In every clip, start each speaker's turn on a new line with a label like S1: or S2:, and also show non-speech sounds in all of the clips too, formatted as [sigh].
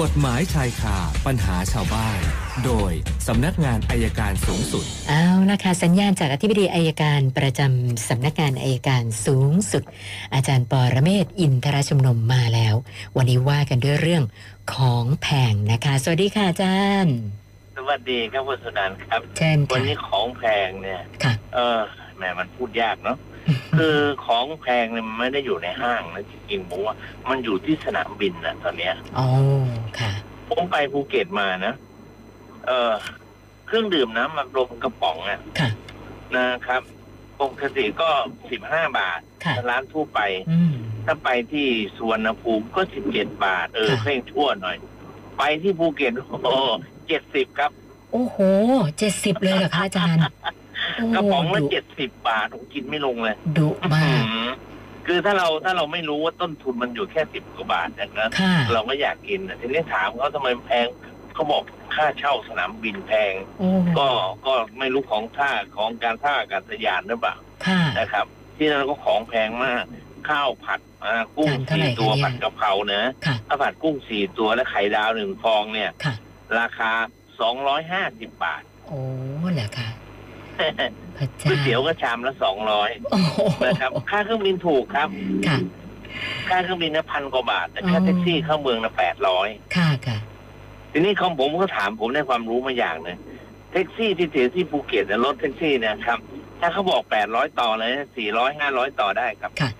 S1: กฎหมายชายคาปัญหาชาวบ้าน โดยสำนักงานอายการสูงสุด
S2: เอาละค่ะสัญญาณจากอธิบดีอายการประจำสำนักงานอายการสูงสุด อาจารย์ปอระเมศวร์อินทรชุมนมมาแล้ว วันนี้ว่ากันด้วยเรื่องของแพงนะคะ สวัสดีค่ะอาจารย์
S3: สวัสดีครับคุณสุนันท์ครับ
S2: เชิญ
S3: วั
S2: ค่ะ
S3: นนี้ของแพงเนี่ย
S2: ค่ะ
S3: เออแหมมันพูดยากเนาะคือของแพงเนี่ยมันไม่ได้อยู่ในห้างนะจริงๆผมว่ามันอยู่ที่สนามบินนะตอนเนี้ย
S2: อ๋อค่ะ
S3: ผมไปภูเก็ตมานะ เออเครื่องดื่มน้ำอัดลมกระป๋องอะ
S2: ค่ะ
S3: นะครับปกติก็สิบห้าบาท
S2: ค่ะ
S3: ร้านทั่วไป
S2: อืม
S3: ถ้าไปที่สุวรรณภูมิก็สิบเจ็ดบาท เออ
S2: ค่ะ
S3: เคร่งชั่วหน่อย ไปที่ภูเก็ตโอ้เจ็ดสิบครับ
S2: โอ้โหเจ็ดสิบเลยเหรอคะอาจารย์โ
S3: กระป๋องละ
S2: ดุ
S3: เจ็ดสิบบาทผมกินไม่ลงเลย
S2: ดุมาก
S3: อืมคือถ้าเราถ้าเราไม่รู้ว่าต้นทุนมันอยู่แค่สิบกว่าบาทนะครับ
S2: ค่ะ
S3: เราก็อยากกินน่ะทีนี้ถามเขาทำไมแพงเขาบอกค่าเช่าสนามบินแพง
S2: โอ้
S3: ก็ก็ไม่รู้ของท่าของการท่าอากาศยานหรือเปล่า
S2: ค่ะ
S3: นะครับ ที่นั่นก็ของแพงมาก ข้าวผัดอ่ากุ้ง
S2: จานเท่าไหร่
S3: สี่ตัว
S2: คะเนี่ย
S3: ผัดกะเพรานะ
S2: ค่ะ
S3: ข้าวผัดกุ้งสี่ตัวและไข่ดาวหนึ่งฟองเนี่ย
S2: ค่ะ
S3: ราคาสองร้อยห้าสิบบาท
S2: โอ้เหรอคะพระ
S3: [laughs] ก๋
S2: เจ้า
S3: วยเตี๋ยวก็ชามละสองร้อย
S2: โอ้โห
S3: นะครับ ค่าเครื่องบินถูกครับ
S2: ค่ะ
S3: ค่าเครื่องบินนะพันกว่าบาท แต่ค่า
S2: อ๋อ
S3: แท็กซี่เข้าเมืองนะแปดร้อย
S2: ค่ะค่ะ
S3: ทีนี้ของผมก็ถามผมได้ความรู้มาอย่างหนึ่งแท็กซี่ที่เสียที่ภูเก็ตนะรถแท็กซี่เนะครับ ถ้าเขาบอกแปดร้อยต่อเลยสี่ร้อยห้าร้อยต่อได้ครับ
S2: ค่ะ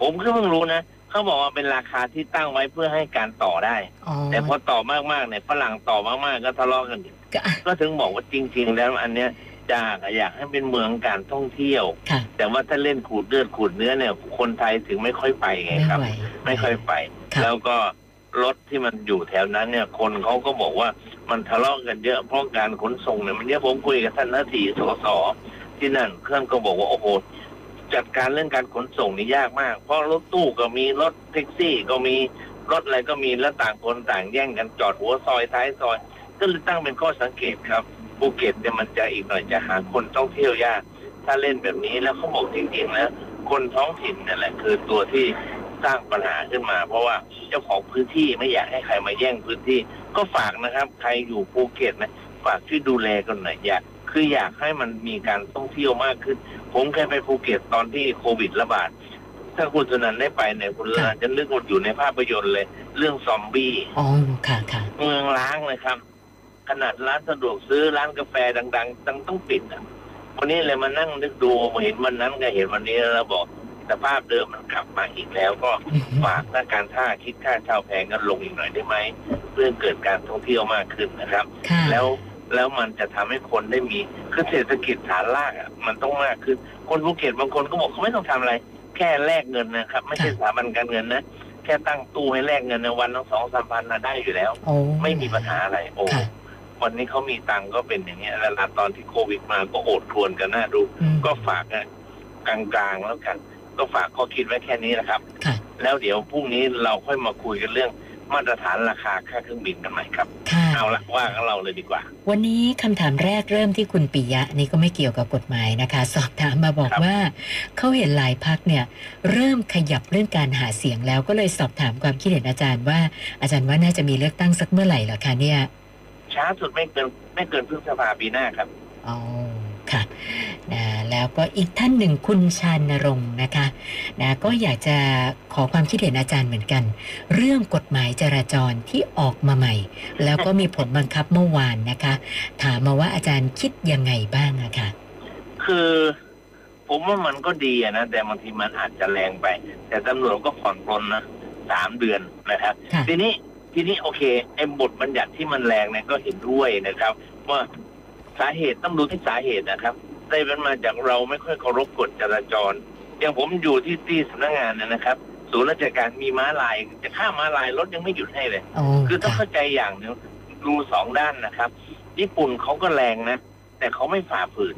S3: ผมก็เพิ่งรู้นะเขาบอกว่าเป็นราคาที่ตั้งไว้เพื่อให้การต่อได้
S2: อ๋อ
S3: แต่พอต่อมากๆเนี่ยฝรั่งต่อมากๆก็ทะเลาะกันอีก
S2: ค่ะ
S3: ก็ถึงบอกว่าจริง ๆ แล้วอันเนี้ยจากอยากให้เป็นเมืองการท่องเที่ยว
S2: ค่ะ
S3: แต่ว่าถ้าเล่นขูดเลือดขูดเนื้อเนี่ย คนไทยถึงไม่ค่อยไปไง
S2: ไม่
S3: ครับ
S2: ไหว
S3: ไม่ค่อยไป
S2: ครับ
S3: แล้วก็รถที่มันอยู่แถวนั้นเนี่ย คนเขาก็บอกว่ามันทะเลาะกันเยอะเพราะการขนส่งเนี่ยมันเยอะผมคุยกับท่านนาทีสสที่นั่นเครื่องก็บอกว่าโอ้โหจัดการเรื่องการขนส่งนี่ยากมาก เพราะรถตู้ก็มีรถแท็กซี่ก็มีรถอะไรก็มีแล้วต่างคนต่างแย่งกันจอดหัวซอยท้ายซอย ก็เลยตั้งเป็นข้อสังเกตครับภูเก็ตเนี่ยมันจะอีกหน่อยจะหาคนท่องเที่ยวยาก ถ้าเล่นแบบนี้แล้วเขาบอกจริงๆนะคนท้องถิ่นนั่นแหละคือตัวที่สร้างปัญหาขึ้นมา เพราะว่าเจ้าของพื้นที่ไม่อยากให้ใครมาแย่งพื้นที่ ก็ฝากนะครับ ใครอยู่ภูเก็ตนะฝากช่วยดูแลกันหน่อยอยากคืออยากให้มันมีการท่องเที่ยวมากขึ้น ผมเคยไปภูเก็ตตอนที่โควิดระบาด ถ้าคุณสนันได้ไปเนี่ยคุณอาจจะนึกว่าอยู่ในภาพยนตร์เลย เรื่องซอมบี้
S2: อ๋อ ค่ะค่ะ
S3: เมืองล้างเลยครับ ขนาดร้านสะดวกซื้อร้านกาแฟดังๆต้องต้องปิดอ่ะวันนี้เลยมานั่งนึกดูเห็นวันนั้นก็เห็นวันนี้แล้วบอกสภาพเดิมมันกลับมาอีกแล้วก็ฝากหน้าการท่าคิดค่าเช่าแพงกันลงอีกหน่อยได้ไหมเพื่อเกิดการท่องเที่ยวมากขึ้นนะครับ
S2: ค่ะ
S3: แล้วแล้วมันจะทำให้คนได้มีคือเศรษฐกิจฐานรากอ่ะมันต้องมากขึ้น คนภูเก็ตบางคนก็บอกเขาไม่ต้องทำอะไร แค่แลกเงินนะครับ ไม่ใช่สถาบันการเงินนะแค่ตั้งตู้ให้แลกเงินในวันละสองสามพันนะได้อยู่แล้ว
S2: โอ้
S3: ไม่มีปัญหาอะไรโอ้
S2: ค่ะ
S3: วันนี้เขามีตังค์ก็เป็นอย่างเงี้ยแล้วล่ะตอนที่โควิดมาก็โอดครวนกันน่าดู
S2: อืม
S3: ก็ฝากนะกลางๆแล้วกัน ก็ฝากข้อคิดไว้แค่นี้นะครับ
S2: ค่ะ
S3: แล้วเดี๋ยวพรุ่งนี้เราค่อยมาคุยกันเรื่องมาตรฐานราคาค่าเครื่องบินกันใหม่ครับ
S2: ค่ะ
S3: เอาละว่ากันเราเลยดีกว่า
S2: วันนี้คำถามแรกเริ่มที่คุณปิยะนี่ก็ไม่เกี่ยวกับกฎหมายนะคะ [laughs] สอบถามมาบอก
S3: ครับ
S2: ว่าเขาเห็นหลายพักเนี่ย เริ่มขยับเรื่องการหาเสียงแล้วก็เลยสอบถามความคิดเห็นอาจารย์ว่า อาจารย์ว่าน่าจะมีเลือกตั้งสักเมื่อไหร่เหรอคะเนี่ย
S3: ช้าสุดไม่เกินไม่เกินพฤษภาปีหน้าครับ
S2: อ๋อค่ะนะแล้วก็อีกท่านหนึ่งคุณชานรงค์นะคะนะก็อยากจะขอความคิดเห็นอาจารย์เหมือนกัน เรื่องกฎหมายจราจรที่ออกมาใหม่ แล้วก็มีผลบังคับเมื่อวานนะคะ ถามมาว่าอาจารย์คิดยังไงบ้างอะคะ
S3: คือผมว่ามันก็ดีอะนะ แต่บางทีมันอาจจะแรงไป แต่ตำรวจก็ผ่อนปลนนะสามเดือนนะครับ
S2: ค่ะ
S3: ทีนี้ทีนี้โอเคไอ้บทบัญญัติที่มันแรงเนี่ยก็เห็นด้วยนะครับ ว่าสาเหตุต้องดูที่สาเหตุนะครับได้มันมาจากเราไม่ค่อยเคารพกฎจราจร อย่างผมอยู่ที่ที่สำนักงานเนยนะครับศูนย์ราชการมีม้าลาย จะข้ามม้าลายรถยังไม่หยุดให้เลย
S2: โอ้
S3: คือต้อง
S2: ค่ะ
S3: เข้าใจอย่างหนึงดูสองด้านนะครับ ญี่ปุ่นเขาก็แรงนะ แต่เขาไม่ฝ่าฝืน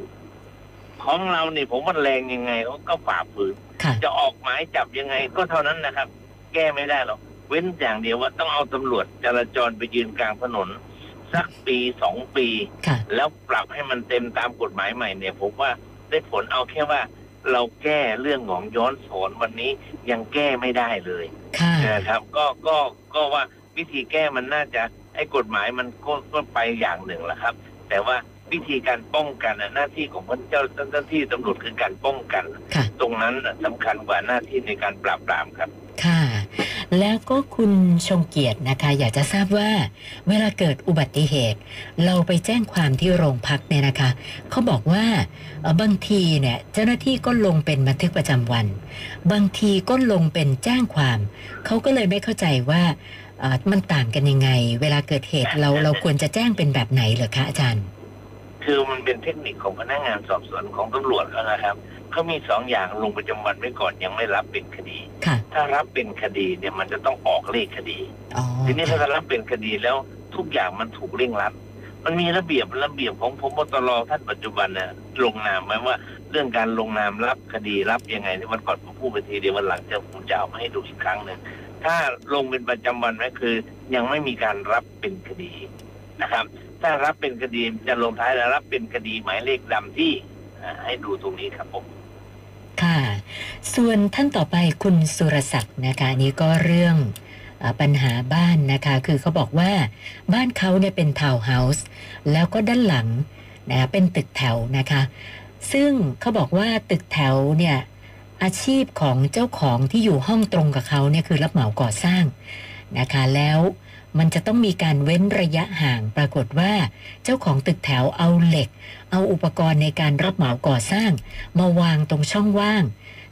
S3: ของเราเนี่ยผมว่าแรงยังไงเขาก็ฝ่าฝืน
S2: ค่ะ
S3: จะออกหมายจับยังไงก็เท่านั้นนะครับ แก้ไม่ได้หรอก เว้นอย่างเดียวว่าต้องเอาตำรวจจราจรไปยืนกลางถนน สักปีสองปี
S2: ค่ะ
S3: แล้วปรับให้มันเต็มตามกฎหมายใหม่เนี่ย ผมว่าได้ผลเอาแค่ว่า เราแก้เรื่องของย้อนสอนวันนี้ยังแก้ไม่ได้เลย
S2: ค่ะ
S3: นะครับก็ก็ก็ว่า วิธีแก้มันน่าจะไอ้กฎหมายมันก็ก็ไปอย่างหนึ่งแหละครับ แต่ว่าวิธีการป้องกันน่ะหน้าที่ของพเจ้าเจ้าที่ตำรวจคือการป้องกัน
S2: ค่ะ
S3: ตรงนั้นน่ะสำคัญกว่าหน้าที่ในการปราบปรามครับ
S2: ค่ะ แล้วก็คุณชงเกียรตินะคะ อยากจะทราบว่า เวลาเกิดอุบัติเหตุ เราไปแจ้งความที่โรงพักเนี่ยนะคะ เขาบอกว่าเอ่อบางทีเนี่ยเจ้าหน้าที่ก็ลงเป็นบันทึกประจำวัน บางทีก็ลงเป็นแจ้งความ เขาก็เลยไม่เข้าใจว่าเอ่อมันต่างกันยังไง เวลาเกิดเหตุเราเราควรจะแจ้งเป็นแบบไหนเหรอคะอาจารย์
S3: คือมันเป็นเทคนิคของพนักงานสอบสวนของตำรวจแล้วนะครับเขามีสองอย่างลงประจำวันไว้ก่อนยังไม่รับเป็นคดี
S2: ค่ะ
S3: ถ้ารับเป็นคดีเนี่ยมันจะต้องออกเลขคดี
S2: อ๋อ
S3: ทีนี้ถ้าจะรับเป็นคดีแล้วทุกอย่างมันถูกเร่งรัด มันมีระเบียบระเบียบของพบตรท่านปัจจุบันเนี่ยลงนามไว้ว่าเรื่องการลงนามรับคดีรับยังไงที่ยวันก่อนผมพูดไปทีเดียววันหลังจะผมจะเอามาให้ดูอีกครั้งหนึ่งถ้าลงเป็นประจำวันไว้คือ ยังไม่มีการรับเป็นคดีนะครับ ถ้ารับเป็นคดีจะลงท้ายแล้วรับเป็นคดีหมายเลขดำที่อ่าให้ดูตรงนี้ครับผม
S2: ค่ะ ส่วนท่านต่อไปคุณสุรศักดิ์นะคะอันนี้ก็เรื่องเอ่อปัญหาบ้านนะคะ คือเขาบอกว่าบ้านเขาเนี่ยเป็นทาวน์เฮาส์แล้วก็ด้านหลังนะเป็นตึกแถวนะคะ ซึ่งเขาบอกว่าตึกแถวเนี่ยอาชีพของเจ้าของที่อยู่ห้องตรงกับเขาเนี่ยคือรับเหมาก่อสร้างนะคะ แล้วมันจะต้องมีการเว้นระยะห่างปรากฏว่าเจ้าของตึกแถวเอาเหล็ก เอาอุปกรณ์ในการรับเหมาก่อสร้าง มาวางตรงช่องว่าง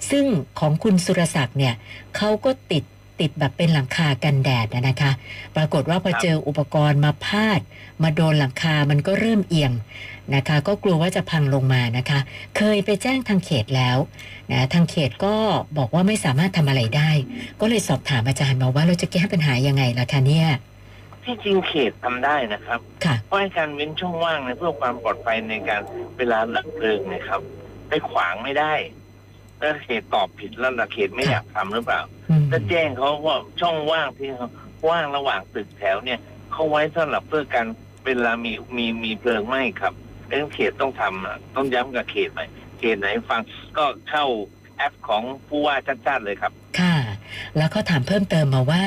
S2: ซึ่งของคุณสุรศักดิ์เนี่ยเขาก็ติดติดแบบเป็นหลังคากันแดดนะนะคะ ปรากฏว่าพอ
S3: ครับ
S2: เจออุปกรณ์มาพาด มาโดนหลังคามันก็เริ่มเอียงนะคะ ก็กลัวว่าจะพังลงมานะคะ เคยไปแจ้งทางเขตแล้วนะทางเขตก็บอกว่าไม่สามารถทำอะไรได้ ก็เลยสอบถามอาจารย์มาว่าเราจะแก้ปัญหายังไงล่ะคะเนี่ย
S3: ที่จริงเขตทำได้นะครับ
S2: ค่ะ
S3: เพราะให้การเว้นช่องว่างเนี่ยเพื่อความปลอดภัยในการเวลาดับเพลิงเนะครับ ไปขวางไม่ได้แล้วเขตตอบผิดแล้วนะเขตไม่อยากทำหรือเปล่า
S2: อืม
S3: ถ้าแจ้งเขาว่าช่องว่างที่เขาว่างระหว่างตึกแถวเนี่ยเขาไว้สำหรับเพื่อการเวลามีมีมีเพลิงไหม้ครับเป็นนเขตต้องทำอะต้องย้ำกับเขตไปเขตไหนฟังก็เข้าแอปของผู้ว่าชัดๆเลยครับ
S2: ค่ะ แล้วเขาถามเพิ่มเติมมาว่า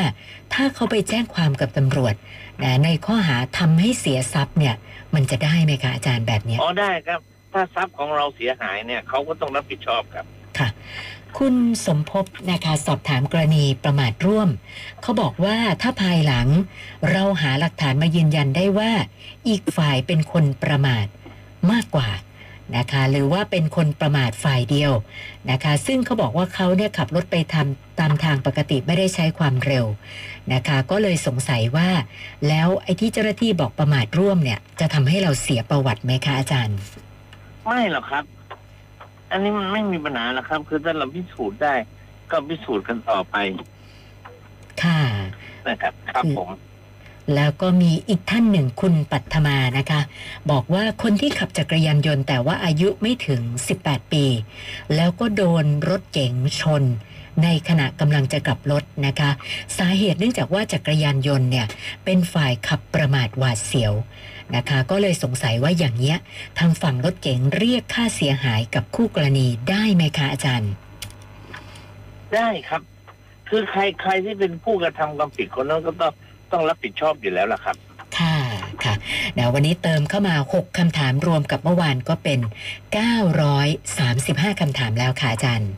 S2: ถ้าเขาไปแจ้งความกับตำรวจนะในข้อหาทำให้เสียทรัพย์เนี่ย มันจะได้ไหมคะอาจารย์แบบเนี้ย
S3: อ๋อได้ครับ ถ้าทรัพย์ของเราเสียหายเนี่ยเขาก็ต้องรับผิดชอบครับ
S2: ค่ะ คุณสมภพนะคะสอบถามกรณีประมาทร่วม เขาบอกว่าถ้าภายหลัง เราหาหลักฐานมายืนยันได้ว่า อีกฝ่ายเป็นคนประมาทมากกว่านะคะ หรือว่าเป็นคนประมาทฝ่ายเดียวนะคะ ซึ่งเขาบอกว่าเขาเนี่ยขับรถไปทำตามทางปกติไม่ได้ใช้ความเร็วนะคะ ก็เลยสงสัยว่า แล้วไอ้ที่เจ้าหน้าที่บอกประมาทร่วมเนี่ย จะทำให้เราเสียประวัติไหมคะอาจารย์
S3: ไม่หรอกครับ อันนี้มันไม่มีปัญหาหรอกครับ คือถ้าเราพิสูจน์ได้ ก็พิสูจน์กันต่อไป
S2: ค่ะ
S3: นะครับ ครับผม
S2: แล้วก็มีอีกท่านหนึ่งคุณปัทมานะคะ บอกว่าคนที่ขับจักรยานยนต์แต่ว่าอายุไม่ถึง 18 ปี แล้วก็โดนรถเก๋งชน ในขณะกำลังจะกลับรถนะคะ สาเหตุเนื่องจากว่าจักรยานยนต์เนี่ยเป็นฝ่ายขับประมาทหวาดเสียวนะคะ ก็เลยสงสัยว่าอย่างเนี้ยทางฝั่งรถเก๋งเรียกค่าเสียหายกับคู่กรณีได้ไหมคะอาจารย์
S3: ได้ครับ คือใครใครที่เป็นผู้กระทำความผิดคนนั้นก็ต้องต้องรับผิดชอบอยู่แล้วล่ะครับ
S2: ค่ะค่ะนะวันนี้เติมเข้ามา 6 คำถามรวมกับเมื่อวานก็เป็น 935 คำถามแล้วค่ะอาจารย์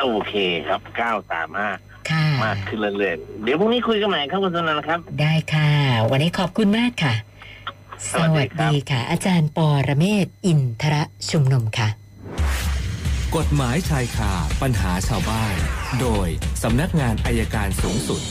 S3: โอเคครับเก้าสามห้า
S2: ค่ะ
S3: มากขึ้นเรื่อยๆเดี๋ยวพรุ่งนี้คุยกันใหม่ครับคุณสนันท์ครับ
S2: ได้ค่ะ วันนี้ขอบคุณมากค่ะ ส
S3: สวัส
S2: วัส
S3: ดีครับ
S2: ดีค่ะ อาจารย์ปอระเมศวร์อินทระชุมนุมค่ะ
S1: กฎหมายชายคาปัญหาชาวบ้าน โดยสำนักงานอายการสูงสุด